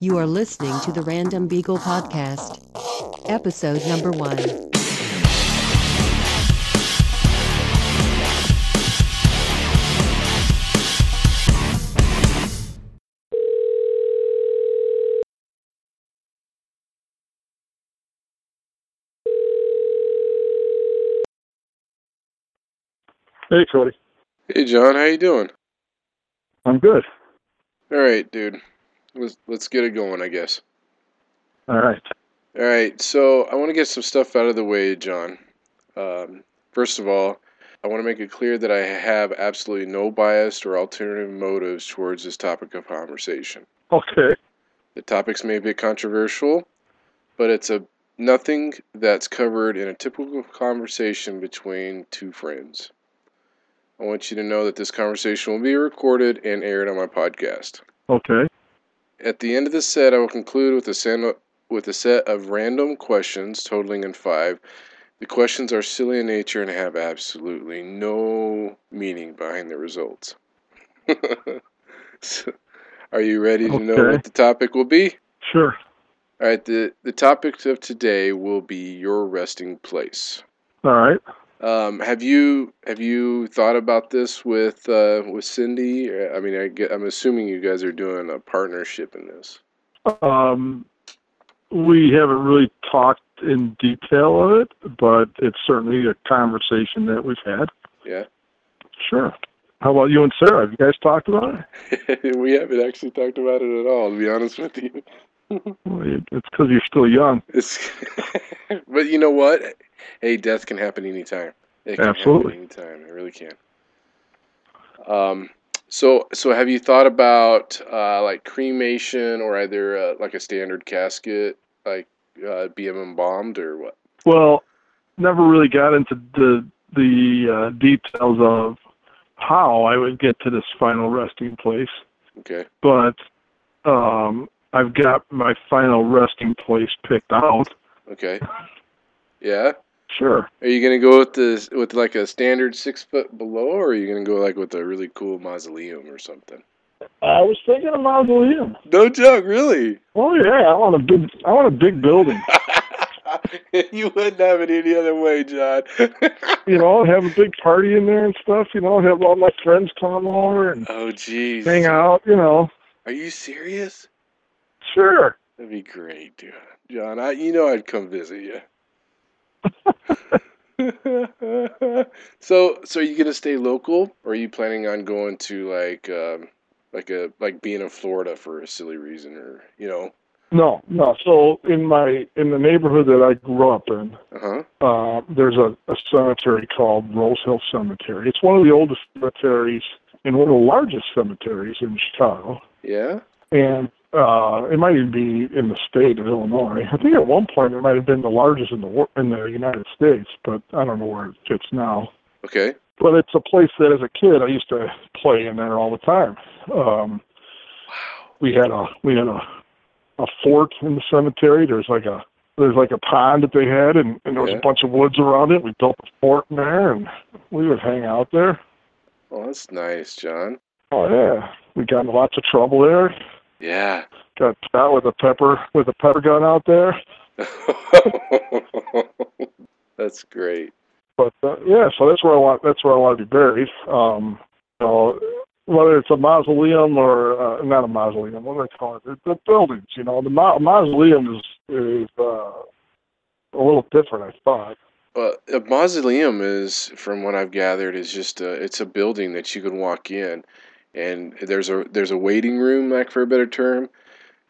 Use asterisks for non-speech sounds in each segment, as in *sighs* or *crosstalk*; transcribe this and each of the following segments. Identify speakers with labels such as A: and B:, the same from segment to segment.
A: You are listening to the Random Beagle Podcast, episode number one.
B: Hey, Cody.
C: Hey John, how you doing?
B: I'm good.
C: All right, dude. Let's let's get it going, I guess.
B: All right.
C: All right, so I want to get some stuff out of the way, John. Um, first of all, I want to make it clear that I have absolutely no biased or alternative motives towards this topic of conversation.
B: Okay.
C: The topics may be controversial, but it's a nothing that's covered in a typical conversation between two friends. I want you to know that this conversation will be recorded and aired on my podcast.
B: Okay.
C: At the end of this set, I will conclude with a, san- with a set of random questions totaling in five. The questions are silly in nature and have absolutely no meaning behind the results. *laughs* So, are you ready to know
B: Okay.
C: what the topic will be?
B: Sure.
C: All right, the, the topic of today will be your resting place.
B: All right.
C: Um, have you have you thought about this with uh, with Cindy? I mean, I get, I'm assuming you guys are doing a partnership in this.
B: Um, we haven't really talked in detail of it, but it's certainly a conversation that we've had.
C: Yeah.
B: Sure. How about you and Sarah? Have you guys talked about it?
C: *laughs* we haven't actually talked about it at all, to be honest with you.
B: Well, it- It's because you're still young.
C: It's, *laughs* but you know what? Hey, death can happen anytime. It can
B: Absolutely.
C: Happen anytime, it really can. Um, so, so have you thought about uh, like cremation or either uh, like a standard casket, like uh, be embalmed or what?
B: Well, never really got into the the uh, details of how I would get to this final resting place.
C: Okay.
B: but um, I've got my final resting place picked out.
C: Okay. Yeah.
B: Sure.
C: Are you gonna go with the with like a standard six foot below, or are you gonna go like with a really cool mausoleum or something?
B: I was thinking a mausoleum.
C: No joke, really. *laughs*
B: Oh yeah, I want a big, I want a big building.
C: you wouldn't have it any other way, John. *laughs*
B: You know, have a big party in there and stuff. You know, have all my friends come over and
C: oh, jeez.
B: hang out. You know,
C: Are you serious?
B: sure.
C: That'd be great, dude. John, I, you know I'd come visit you. *laughs* so, so are you gonna stay local, or are you planning on going to like, um, like a like being in Florida for a silly reason, or you know?
B: No, no. So in my in the neighborhood that I grew up in,
C: Uh huh.
B: uh, there's a, a cemetery called Rose Hill Cemetery. It's one of the oldest cemeteries and one of the largest cemeteries in Chicago.
C: Yeah.
B: and uh, it might even be in the state of Illinois. I think at one point it might have been the largest in the wor- in the United States, but I don't know where it fits now.
C: Okay.
B: But it's a place that, as a kid, I used to play in there all the time. Um,
C: Wow.
B: we had a we had a a fort in the cemetery. There's like a there's like a pond that they had, and, and there was
C: Yeah.
B: a bunch of woods around it. We built a fort in there, and we would hang out there.
C: Oh, that's nice, John.
B: Oh yeah, we got in lots of trouble there.
C: Yeah.
B: Got shot with a pepper with a pepper gun out there.
C: *laughs* that's great.
B: but uh, yeah, so that's where I want that's where I want to be buried. Um, so whether it's a mausoleum or uh, not a mausoleum, what do they call it? The, the buildings, you know, the ma- mausoleum is is uh, a little different, I thought.
C: Well, a mausoleum is, from what I've gathered, is just a, it's a building that you can walk in, and there's a there's a waiting room, like for a better term,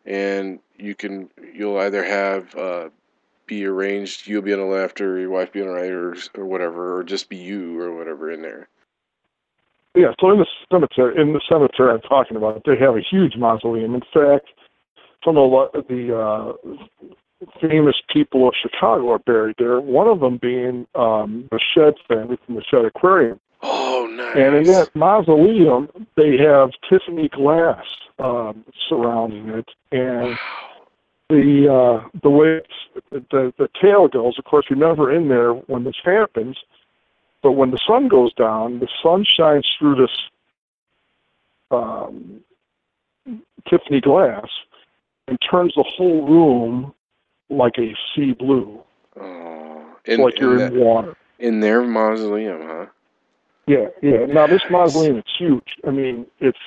C: and you can you'll either have uh, be arranged, you'll be on the left, or your wife be on the right, or or whatever, or just be you or whatever in there.
B: Yeah, so in the cemetery, in the cemetery I'm talking about, they have a huge mausoleum. In fact, some of lo- the uh, famous people of Chicago are buried there. One of them being um, the Shed family from the Shed Aquarium.
C: Oh, nice.
B: And in that mausoleum, they have Tiffany glass um, surrounding it, and
C: Wow.
B: the uh, the way it's, the the tail goes. Of course, you're never in there when this happens, but when the sun goes down, the sun shines through this um, Tiffany glass, and turns the whole room like a sea blue,
C: Oh, in,
B: like
C: in,
B: you're
C: that-
B: in water.
C: in their mausoleum, huh?
B: Yeah, yeah. Now this mausoleum is huge. I mean, it's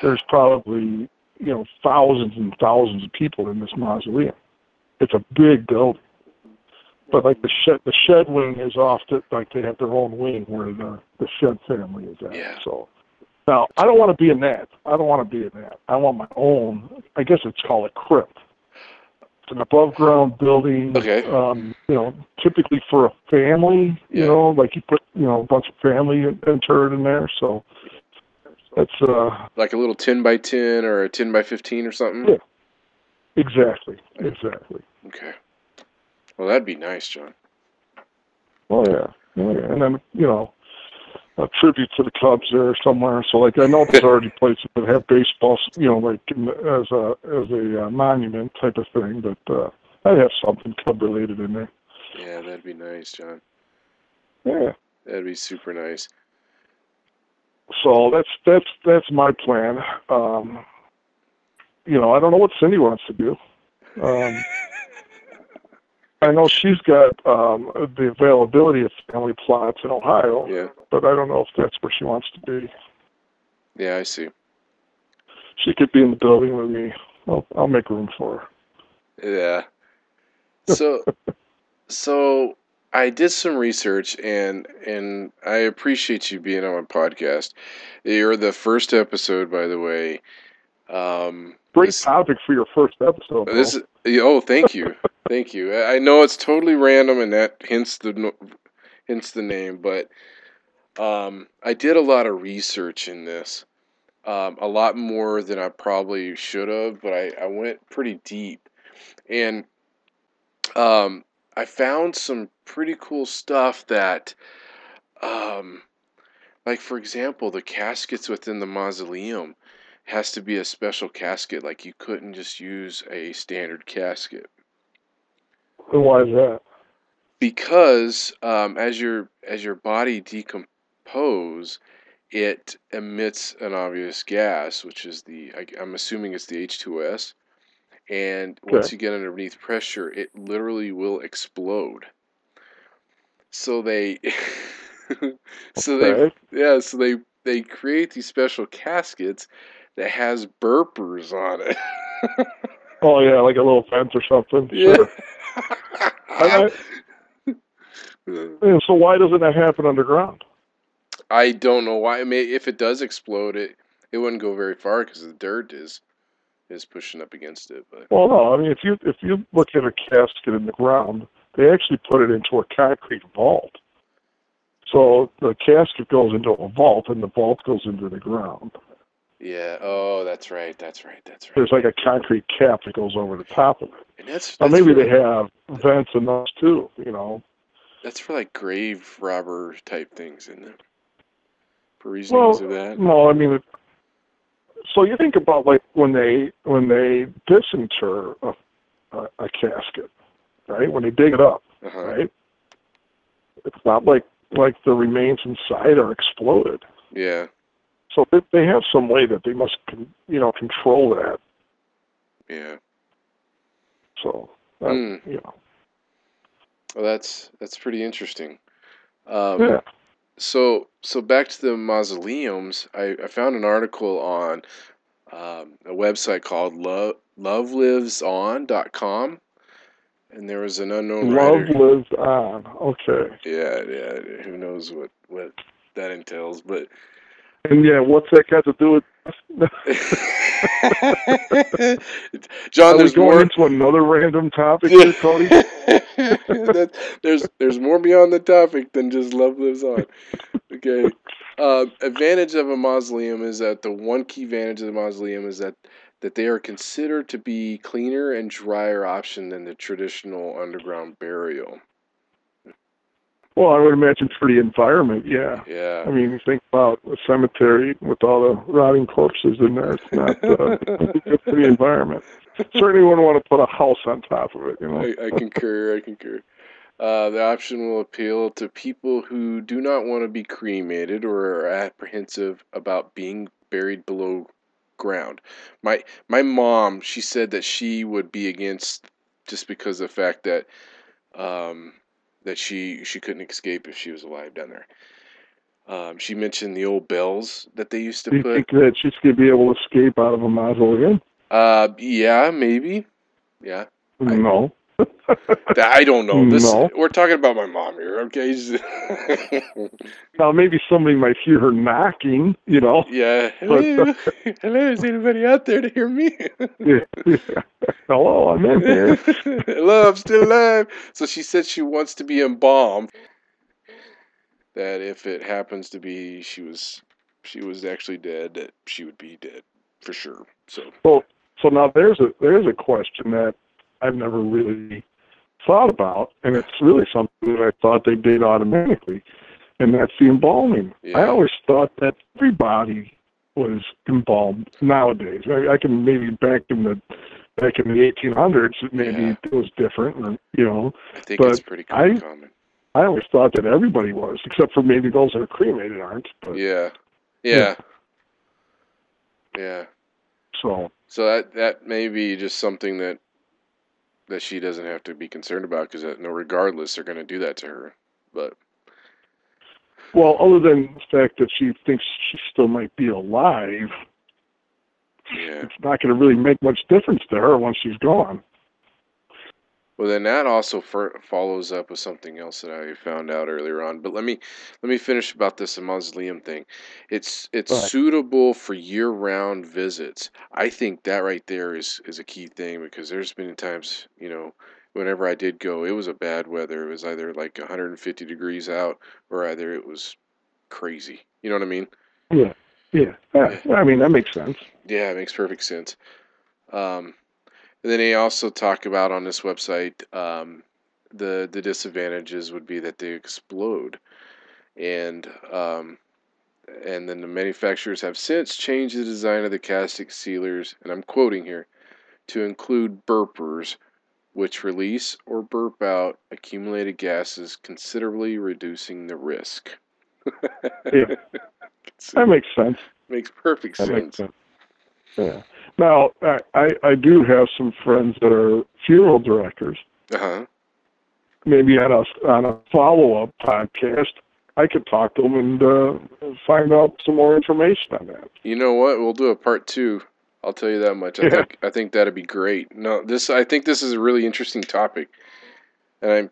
B: there's probably you know thousands and thousands of people in this mausoleum. It's a big building, but like the shed, the shed wing is off. To, like they have their own wing where the the shed family is at.
C: Yeah.
B: So now I don't want to be in that. I don't want to be in that. I want my own. I guess it's called a crypt. It's an above ground building.
C: Okay.
B: Um, you know, typically for a family.
C: Yeah.
B: You know, like you put you know a bunch of family interred in there. So that's uh
C: Like a little ten by ten or a ten by fifteen or something.
B: Yeah. Exactly. Exactly.
C: Okay. Well, that'd be nice, John.
B: Oh yeah. Oh yeah. And then you know, a tribute to the Cubs there somewhere. So like I know there's already places that have baseball, you know, like in, as a as a uh, monument type of thing. But uh, I'd have something Cub related in there.
C: Yeah, that'd be nice, John.
B: Yeah.
C: That'd be super nice.
B: So that's that's that's my plan. Um, you know, I don't know what Cindy wants to do.
C: *laughs*
B: Um, I know she's got um, the availability of family plots in Ohio,
C: Yeah.
B: but I don't know if that's where she wants to be.
C: Yeah, I see.
B: She could be in the building with me. I'll, I'll make room for her.
C: Yeah. So, so I did some research, and and I appreciate you being on my podcast. You're the first episode, by the way. Um,
B: Great
C: this-
B: topic for your first episode. though.
C: This is, oh, thank you, thank you. I I know it's totally random, and that hence the no- hence the name. But um, I did a lot of research in this, um, a lot more than I probably should have. But I, I went pretty deep, and um, I found some pretty cool stuff that, um, like for example, the caskets within the mausoleum has to be a special casket. Like you couldn't just use a standard casket.
B: Why is that?
C: because um, as your as your body decompose, it emits an obvious gas, which is the I, am assuming it's the H two S, and once you get underneath pressure, it literally will explode. So they, *laughs* so they
B: Okay.
C: yeah, so they they create these special caskets that has burpers on it. *laughs*
B: Oh yeah, like a little fence or something.
C: Yeah.
B: Sure. I- And so why doesn't that happen underground?
C: I don't know why. I mean, if it does explode, it it wouldn't go very far because the dirt is is pushing up against it. But
B: Well, no. I mean, if you if you look at a casket in the ground, they actually put it into a concrete vault. So the casket goes into a vault, and the vault goes into the ground.
C: yeah, oh, that's right, that's right, that's right.
B: There's like a concrete cap that goes over the top of it.
C: And that's
B: Or
C: that's,
B: maybe
C: for,
B: they have vents in those too. You know.
C: that's for like grave robber type things, isn't it? For reasons
B: Well,
C: of that.
B: No, I mean, it- so you think about like when they when they disinter a, a, a casket, right? When they dig it up,
C: Uh-huh.
B: right? It's not like like the remains inside are exploded.
C: Yeah,
B: So they, they have some way that they must con, you know control that.
C: yeah.
B: So uh,
C: Hmm.
B: you know,
C: Well, that's that's pretty interesting. Um,
B: yeah,
C: So so back to the mausoleums. I, I found an article on um, a website called love loveliveson.com and there was an unknown
B: love
C: writer.
B: lives on. Okay,
C: Yeah, yeah. Who knows what what that entails?
B: *laughs*
C: But *laughs*
B: and yeah, what's that got to do with? *laughs*
C: Uh, John,
B: Are we
C: there's
B: going
C: more.
B: into another random
C: *laughs*
B: topic
C: Yeah.
B: here, Cody?
C: That- there's there's more beyond the topic than just love lives on. Okay. Uh, advantage of a mausoleum is that the one key advantage of the mausoleum is that that they are considered to be cleaner and drier option than the traditional underground burial.
B: Well, I would imagine for the environment, yeah. I
C: Yeah.
B: mean, you think about a cemetery with all the rotting corpses in there. It's not uh, *laughs* good for the environment. Certainly wouldn't want to put a house on top of it, you know.
C: I, I concur. I concur. Uh, the option will appeal to people who do not want to be cremated or are apprehensive about being buried below ground. My my mom, she said that she would be against just because of the fact that um, that she she couldn't escape if she was alive down there. Um, she mentioned the old bells that they used
B: Do
C: to
B: you
C: put.
B: think that she's going to be able to escape out of a mausoleum?
C: Uh, yeah, maybe. Yeah, I-
B: No.
C: That- I don't know. This
B: No.
C: we're talking about my mom here, okay?
B: now maybe somebody might hear her knocking. You know. *laughs*
C: *laughs* yeah. Hello, hello. Is anybody out there to hear me?
B: Hello, I'm in here.
C: *laughs* Hello, I'm still alive. So she said she wants to be embalmed. That if it happens to be she was she was actually dead, that she would be dead for sure. So
B: So now there's a there's a question that I've never really thought about, and it's really something that I thought they did automatically, and that's the embalming. I
C: Yeah.
B: always thought that everybody was embalmed nowadays. I, I can maybe back in the back in the 1800s, maybe
C: Yeah.
B: it was different, or, you know.
C: I think
B: But
C: it's pretty
B: I-
C: common.
B: I always thought that everybody was, except for maybe those that are cremated aren't. But
C: Yeah. Yeah.
B: Yeah.
C: Yeah.
B: so
C: So that that may be just something that that she doesn't have to be concerned about because no, regardless, they're going to do that to her. But
B: Well, other than the fact that she thinks she still might be alive,
C: yeah.
B: it's not going to really make much difference to her once she's gone.
C: Well, then that also fur follows up with something else that I found out earlier on. But let me let me finish about this mausoleum thing. It's it's
B: Right.
C: suitable for year-round visits. I think that right there is is a key thing because there's been times you know whenever I did go, it was a bad weather. It was either like 150 degrees out or either it was crazy. You know what I mean?
B: Yeah, yeah. yeah. I mean, that makes sense.
C: Yeah, it makes perfect sense. Um, and then they also talk about on this website um, the the disadvantages would be that they explode, and um, and then the manufacturers have since changed the design of the casting sealers, and I'm quoting here, to include burpers, which release or burp out accumulated gases, considerably reducing the risk.
B: Yeah. That makes sense.
C: makes perfect
B: That makes
C: sense.
B: sense. Yeah. Now, I, I, I do have some friends that are funeral directors.
C: Uh huh.
B: Maybe on a on a follow up podcast, I could talk to them and uh, find out some more information on that.
C: You know what? We'll do a part two. I'll tell you that much. I
B: Yeah.
C: think I think that'd be great. No, this I think this is a really interesting topic, and I'm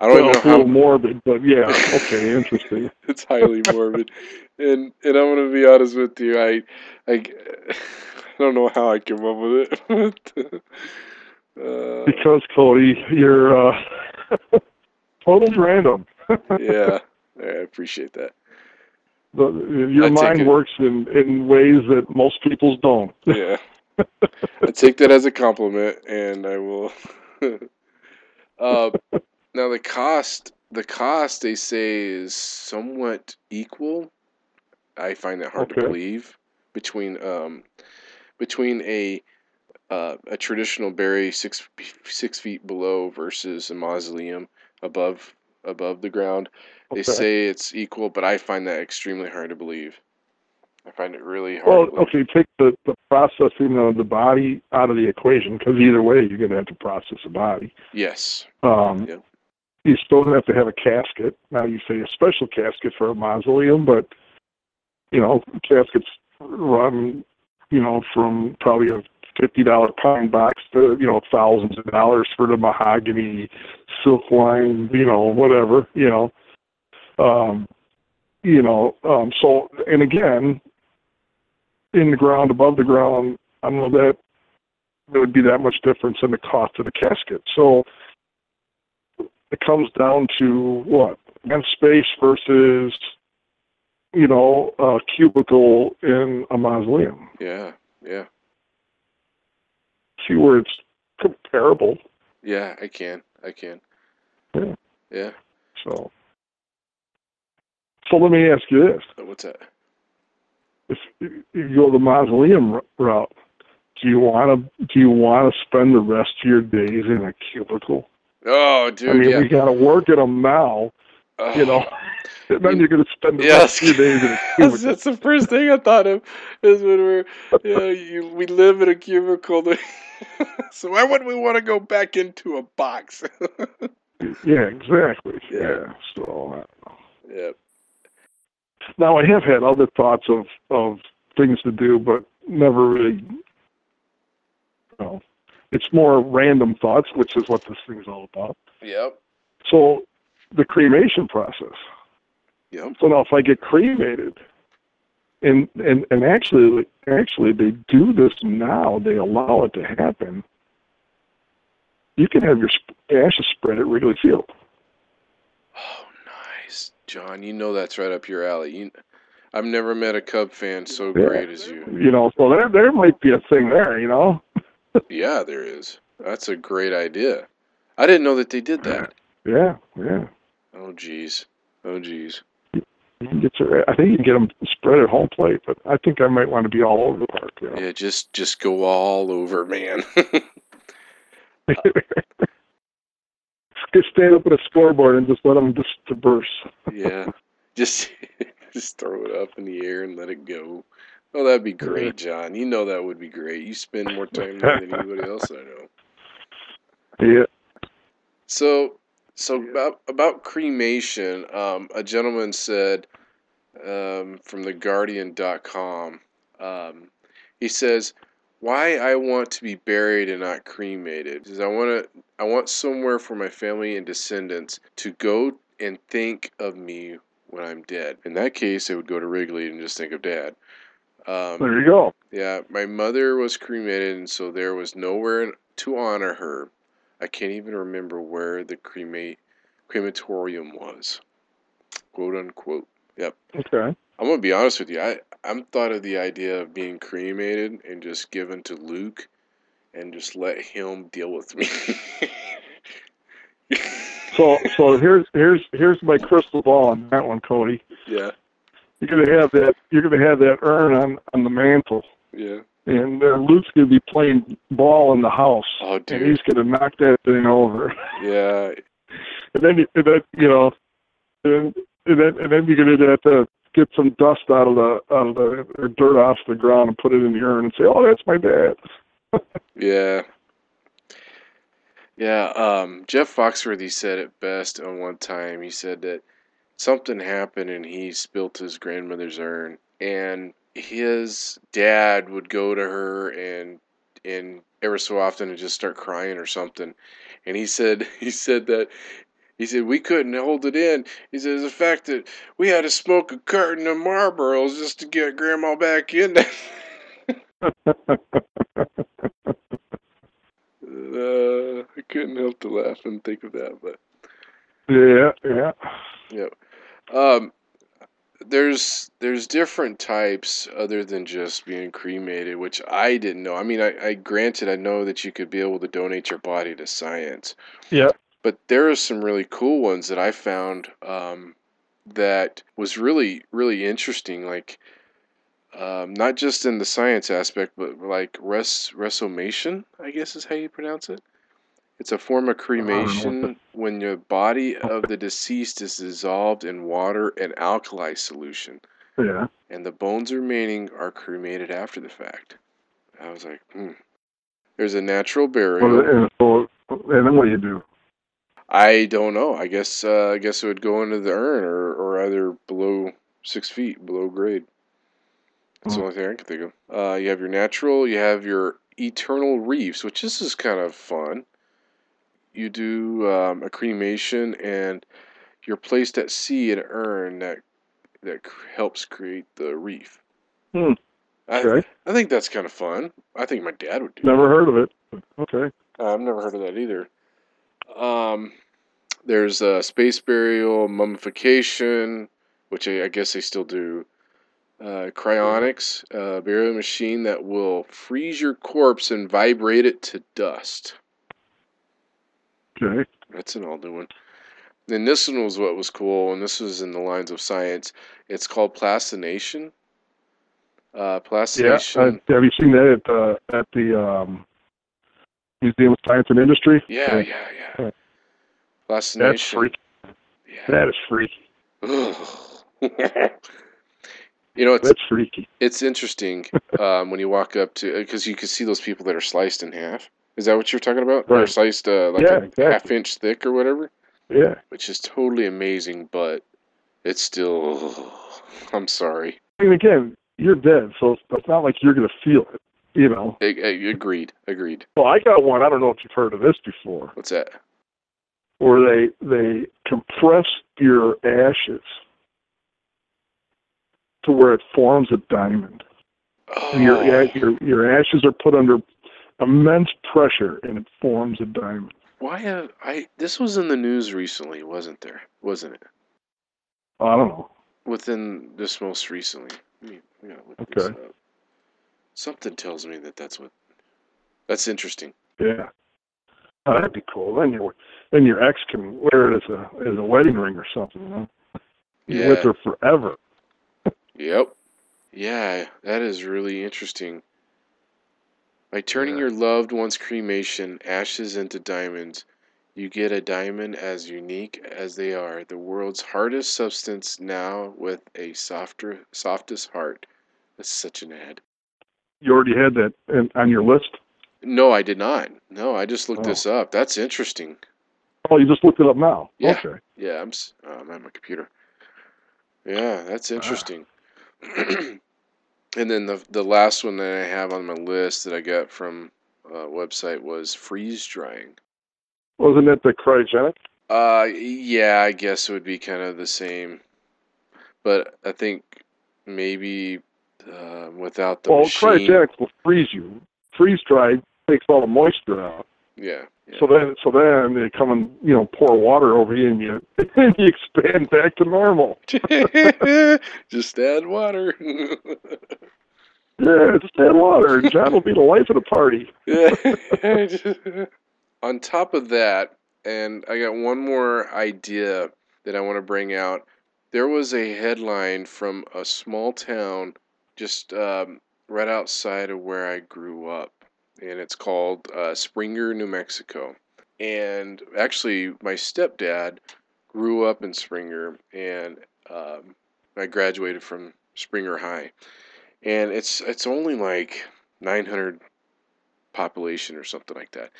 C: I don't
B: Well, it's a little
C: even know
B: morbid, but yeah, okay,
C: *laughs*
B: interesting.
C: how *laughs* it's highly morbid, and and I'm gonna be honest with you. I I, *laughs* I don't know how I came up with it. *laughs*
B: *laughs*
C: uh,
B: Because Cody, you're uh, *laughs* total random.
C: yeah, I appreciate that.
B: The, your
C: I take
B: mind
C: it-
B: works in, in ways that most people's don't.
C: Yeah, I take that as a compliment, and I will. *laughs* uh, Now the cost, the cost they say is somewhat equal. I find that hard to
B: Okay.
C: believe between um between a uh, a traditional bury six six feet below versus a mausoleum above above the ground. They
B: Okay.
C: say it's equal, but I find that extremely hard to believe. I find it really hard.
B: well,
C: to believe.
B: okay, take the, the processing of the body out of the equation because either way, you're going to have to process the body.
C: Yes.
B: Um,
C: Yeah.
B: You still have to have a casket. Now, you say a special casket for a mausoleum, but, you know, caskets run, you know, from probably a $50 pine box to, you know, thousands of dollars for the mahogany, silk line, you know, whatever, you know. Um, you know, um, so, and again, in the ground, above the ground, I don't know that there would be that much difference in the cost of the casket. So it comes down to what? And space versus, you know, a cubicle in a mausoleum.
C: Yeah. Yeah.
B: See where it's comparable.
C: Yeah. I can. I can.
B: Yeah.
C: Yeah.
B: So, so let me ask you this.
C: What's that?
B: if you go the mausoleum r- route, do you want to do you want to spend the rest of your days in a cubicle?
C: Oh, dude.
B: I mean,
C: yeah. Oh,
B: we got to work at them now, you
C: *sighs*
B: know.
C: *laughs*
B: And then you're going to spend the
C: Yes.
B: rest of your days in a
C: *laughs* That's,
B: cubicle.
C: that's the first thing I thought of is when we're, you know, you, we live in a cubicle. *laughs* so why wouldn't we want to go back into a box? *laughs*
B: Yeah, exactly.
C: Yeah.
B: Yeah. So uh,
C: yeah.
B: now I have had other thoughts of of things to do, but never really. You know, it's more random thoughts, which is what this thing's all about.
C: Yep.
B: So the cremation process.
C: Yep.
B: So now if I get cremated, and and and actually actually they do this now. They allow it to happen. You can have your sp- ashes spread at Wrigley Field.
C: Oh, nice, John. You know that's right up your alley. You, I've never met a Cub fan so
B: Yeah.
C: great as you.
B: You know, so there there might be a thing there. You know.
C: Yeah, there is. That's a great idea. I didn't know that they did that.
B: Yeah, yeah.
C: Oh, geez. Oh, geez.
B: You can get your. I think you can get them spread at home plate, but I think I might want to be all over the park. You know?
C: Yeah, just just go all over, man. *laughs*
B: *laughs* Just stand up with a scoreboard and just let them just disperse.
C: yeah, just *laughs* just throw it up in the air and let it go. Oh, that'd be great, John. You know that would be great. You spend more time there than anybody else I know.
B: Yeah.
C: So, so about about cremation, um, a gentleman said um, from theguardian.com. Um, he says, "Why I want to be buried and not cremated is I want to I want somewhere for my family and descendants to go and think of me when I'm dead. In that case, they would go to Wrigley and just think of Dad." Um,
B: There you go.
C: yeah, my mother was cremated, and so there was nowhere to honor her. I can't even remember where the cremate crematorium was, quote unquote.
B: Okay.
C: I'm gonna be honest with you. I I'm thought of the idea of being cremated and just given to Luke, and just let him deal with me. *laughs*
B: So so here's here's here's my crystal ball on that one, Cody.
C: yeah,
B: You're gonna have that you're gonna have that urn on on the mantle,
C: yeah.
B: and uh, Luke's gonna be playing ball in the house,
C: Oh,
B: and
C: dude.
B: he's gonna knock that thing over,
C: Yeah,
B: and then you- and then you know, and, and then and then you're gonna have to get some dust out of the out of the or dirt off the ground and put it in the urn and say, oh, that's my dad.
C: Yeah. Yeah, um, Jeff Foxworthy said it best on one time. He said that something happened and he spilt his grandmother's urn and his dad would go to her and and ever so often and just start crying or something. And he said *laughs* he said that he said we couldn't hold it in. He says the fact that we had to smoke a carton of Marlboros just to get grandma back in there. Uh, I couldn't help to laugh and think of that, but
B: Yeah, yeah.
C: um, there's there's different types other than just being cremated, which I didn't know. I mean, I, I granted I know that you could be able to donate your body to science,
B: Yeah.
C: but there are some really cool ones that I found um, that was really really interesting. Like um, not just in the science aspect, but like res resomation, I guess is how you pronounce it. It's a form of
B: don't know what
C: cremation when the body of the deceased is dissolved in water and alkali solution,
B: Yeah.
C: and the bones remaining are cremated after the fact. I was like, hmm. There's a natural
B: Well,
C: burial.
B: and, so, and then what do you do?
C: I don't know. I guess uh, I guess it would go into the urn or, or either below six feet, below grade. That's the
B: Mm.
C: only thing I can think of. Uh, you have your natural, you have your eternal reefs, which this is kind of fun. You do um, a cremation, and you're placed at sea in an urn that that cr- helps create the reef.
B: Hmm.
C: I,
B: Okay.
C: I think that's kind of fun. I think my dad would do. that.
B: Never heard of it. Okay.
C: Uh, I've never heard of that either. Um, there's uh, space burial, mummification, which I, I guess they still do. Uh, cryonics, a burial machine that will freeze your corpse and vibrate it to dust.
B: Okay.
C: That's an all new one. Then this one was what was cool, and this was in the lines of science. It's called plastination. Uh,
B: Yeah. Uh,
C: plastination.
B: have you seen that at the at the um, Museum of Science and Industry?
C: Yeah, yeah, yeah.
B: Yeah.
C: Plastination.
B: That's freaky.
C: Yeah.
B: That is freaky.
C: *laughs* you know, it's
B: That's freaky.
C: it's interesting um, when you walk up to because you can see those people that are sliced in half. Is that what you're talking about? They're
B: Right.
C: sliced uh, like
B: Yeah,
C: a
B: exactly.
C: half inch thick or whatever,
B: Yeah.
C: which is totally amazing. But it's still, *sighs* I'm sorry.
B: And again, you're dead, so it's it's not like you're going to feel it. You know.
C: A- a- agreed, agreed.
B: Well, I got one. I don't know if you've heard of this before,
C: What's that?
B: where they they compress your ashes to where it forms a diamond.
C: Oh,
B: And your yeah, your your ashes are put under immense pressure, and it forms a diamond.
C: why have I? This was in the news recently, wasn't there? Wasn't it?
B: I don't know.
C: Within this most recently. Let me, I gotta look this
B: Okay.
C: up. Something tells me that that's what. That's interesting.
B: Yeah. Oh, that'd be cool. Then your then your ex can wear it as a as a wedding ring or something. You know? You're
C: Yeah.
B: with her forever.
C: Yep. Yeah, that is really interesting. By turning
B: Yeah.
C: your loved one's cremation ashes into diamonds, you get a diamond as unique as they are, the world's hardest substance now with a softer softest heart. That's such an ad.
B: You already had that in, on your list.
C: No, I did not. No, I just looked
B: Oh.
C: this up. That's interesting.
B: Oh, you just looked it up now.
C: Yeah.
B: Okay.
C: Yeah, I'm s- oh, I'm at my computer. Yeah, that's
B: Ah.
C: interesting. *clears throat* and then the the last one that I have on my list that I got from uh, website was freeze drying.
B: Wasn't it the cryogenic?
C: Uh, yeah, I guess it would be kind of the same, but I think maybe uh, without the
B: well,
C: machine.
B: cryogenic will freeze you. Freeze dried takes all the moisture out.
C: Yeah, yeah,
B: So then, so then they come and you know pour water over you, and you *laughs* and you expand back to normal.
C: *laughs* just add water. *laughs*
B: Yeah, just add water, and John will be the life of the party.
C: *laughs* On top of that, and I got one more idea that I want to bring out. There was a headline from a small town just um, right outside of where I grew up, and it's called uh, Springer, New Mexico. And actually, my stepdad grew up in Springer, and um, I graduated from Springer High. And it's it's only like 900 population or something like that.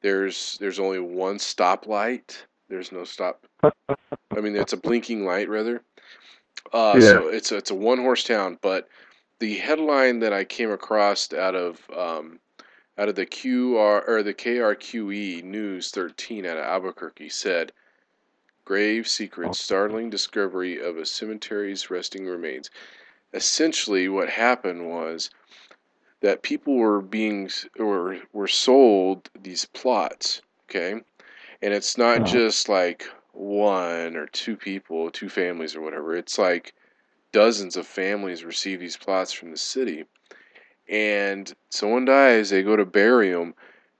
C: There's there's only one stoplight. There's no stop. I mean, it's a blinking light rather. Uh, So it's a, it's a one horse town. But the headline that I came across out of um, out of the QR or the KRQE E News 13 out of Albuquerque said. Grave secret, startling discovery of a cemetery's resting remains. Essentially, what happened was that people were being or were sold these plots okay and it's not
B: Oh.
C: just like one or two people two families or whatever it's like dozens of families receive these plots from the city and someone dies they go to bury them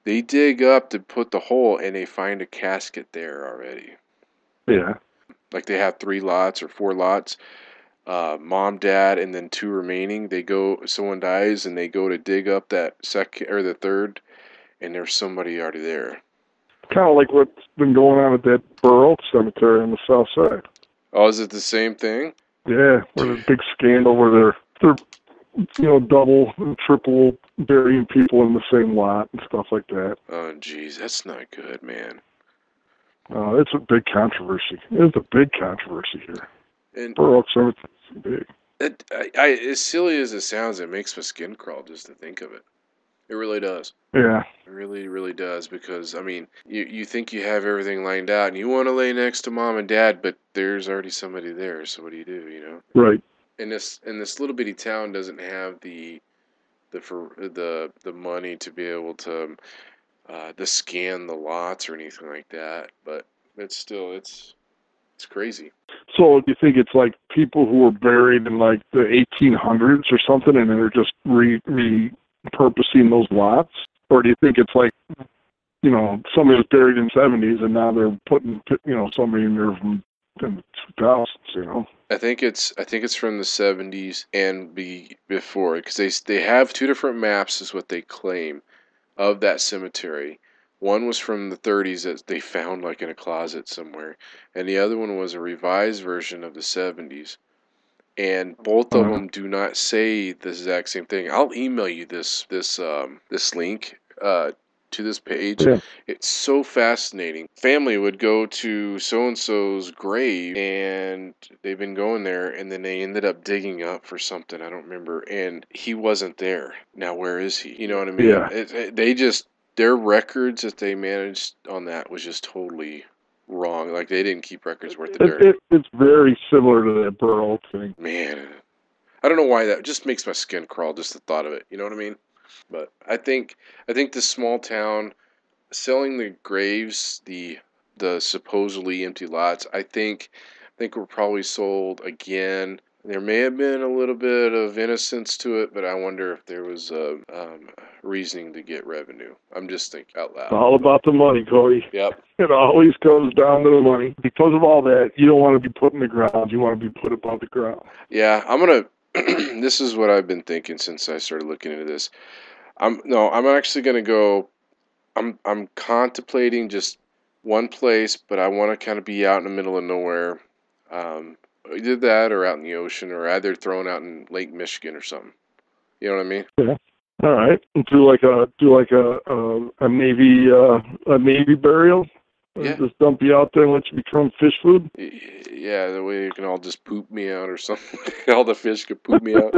C: they dig up to put the hole and they find a casket there already
B: Yeah.
C: like they have three lots or four lots uh, mom dad and then two remaining they go someone dies and they go to dig up that second or the third and there's somebody already there
B: Kind of like what's been going on at that Burl Cemetery on the south side.
C: oh is it the same thing
B: Yeah, where there's a big scandal where they're they're you know double and triple burying people in the same lot and stuff like that.
C: oh geez that's not good man
B: Uh, it's a big controversy. It's a big controversy here.
C: and
B: Burl Cemetery is big.
C: it, I, I, as silly as it sounds it makes my skin crawl just to think of it it really does
B: Yeah,
C: it really really does because i mean you, you think you have everything lined out and you want to lay next to mom and dad but there's already somebody there so what do you do you know
B: right.
C: and this and this little bitty town doesn't have the the for the the money to be able to um, uh, to scan the lots or anything like that. But it's still it's it's crazy.
B: So do you think it's like people who were buried in like the 1800s or something, and they're just re- repurposing those lots, or do you think it's like you know somebody was buried in 70s and now they're putting you know somebody in there from in the 2000s? You know,
C: I think it's I think it's from the seventies and be before because they s- they have two different maps is what they claim of that cemetery. One was from the 30s that they found like in a closet somewhere, and the other one was a revised version of the 70s. And both of
B: Mhm.
C: them do not say the exact same thing. I'll email you this this um, this link uh, to this page.
B: Yeah.
C: It's so fascinating. Family would go to so and so's grave, and they've been going there, and then they ended up digging up for something I don't remember, and he wasn't there. Now where is he? You know what I mean?
B: Yeah.
C: It, it- they just their records that they managed on that was just totally wrong. Like they didn't keep records worth the dirt.
B: It, it, it's very similar to that Burl thing.
C: Man, I don't know why that just makes my skin crawl just the thought of it. You know what I mean? But I think I think this small town selling the graves, the the supposedly empty lots, I think I think were probably sold again. There may have been a little bit of innocence to it, but I wonder if there was a um, reasoning to get revenue. I'm just thinking out
B: It's
C: loud.
B: all about the money, Cody. *laughs*
C: Yep.
B: It always comes down to the money. Because of all that, you don't want to be put in the ground. You want to be put above the ground.
C: Yeah, I'm gonna. *clears throat* this is what I've been thinking since I started looking into this. I'm no, I'm actually gonna go. I'm I'm contemplating just one place, but I want to kind of be out in the middle of nowhere. Um, either that or out in the ocean, or either thrown out in Lake Michigan or something. You know what I mean?
B: All right, do like a do like a a, a navy uh, a navy burial.
C: Yeah.
B: Just dump you out there and let you become fish food. *laughs*
C: Y- Yeah, the way you can all just poop me out or something. *laughs* all the fish could poop me out.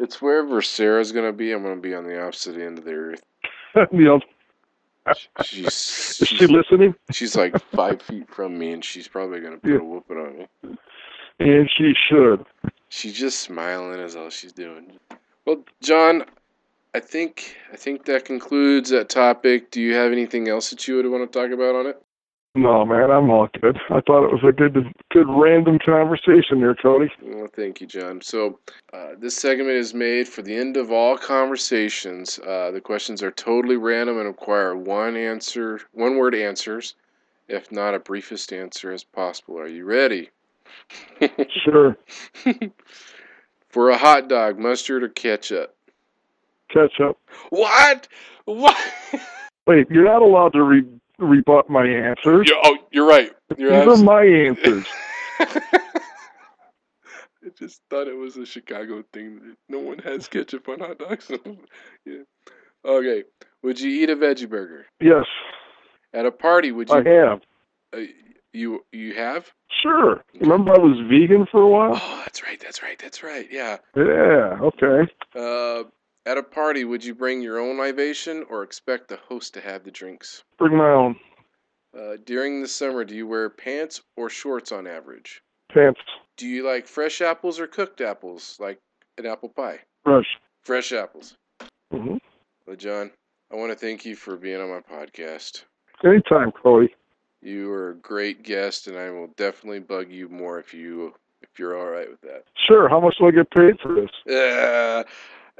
C: It's wherever Sarah's gonna be. I'm gonna be on the opposite end of the earth.
B: you know,
C: She's,
B: is she
C: she's
B: listening?
C: she's like five feet from me, and she's probably gonna put
B: Yeah.
C: a whooping on me.
B: And she should.
C: She's just smiling is all she's doing. Well, John, I think I think that concludes that topic. Do you have anything else that you would want to talk about on it?
B: No, man, I'm all good. I thought it was a good good random conversation there,
C: *laughs*
B: Cody.
C: Well, thank you, John. So, uh, this segment is made for the end of all conversations. Uh, the questions are totally random and require one answer, one word answers, if not a briefest answer as possible. Are you ready?
B: Sure,
C: for a hot dog, mustard or ketchup?
B: catch up.
C: What? What?
B: Wait, you're not allowed to re- rebut my answers.
C: *laughs* You're, oh, you're right. You're
B: These are my answers.
C: *laughs* I just thought it was a Chicago thing. No one has ketchup on hot dogs. *laughs* yeah. Okay. Would you eat a veggie burger
B: yes,
C: at a party? Would
B: I
C: you?
B: have.
C: Uh, you you have?
B: Sure. Remember, I was vegan for a while.
C: Oh, that's right. That's right. That's right. Yeah.
B: Yeah. Okay.
C: Uh, at a party, would you bring your own libation or expect the host to have the drinks?
B: Bring my own
C: Uh, during the summer, do you wear pants or shorts on average?
B: pants.
C: Do you like fresh apples or cooked apples, like an apple pie?
B: Fresh.
C: Fresh apples.
B: hmm
C: Well, John, I want to thank you for being on my podcast.
B: Anytime, Chloe.
C: You are a great guest, and I will definitely bug you more if you if you're all right with that.
B: Sure. How much do I get paid for this?
C: Uh,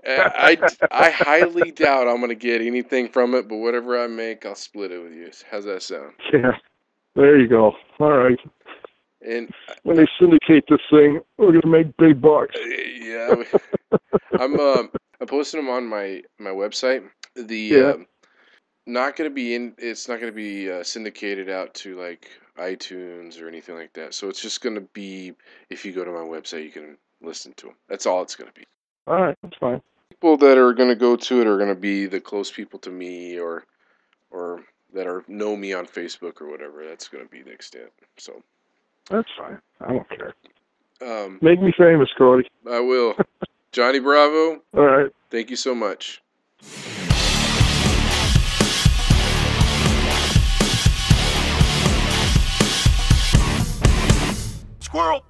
C: I I highly doubt I'm gonna get anything from it, but whatever I make, I'll split it with you. How's that sound?
B: Yeah. There you go. All right.
C: And
B: When they syndicate this thing, we're gonna make big bucks.
C: uh, yeah, I'm um I'm posting them on my my website. The
B: Yeah.
C: um, not going to be in it's not going to be uh, syndicated out to like iTunes or anything like that. So it's just going to be if you go to my website you can listen to them. That's all it's going to be.
B: All right. That's fine.
C: People that are going to go to it are going to be the close people to me or or that are know me on Facebook or whatever. That's going to be the extent. So
B: That's fine. I don't care.
C: um
B: Make me famous, Cody.
C: I will Johnny Bravo,
B: All right.
C: thank you so much.
D: Squirrel!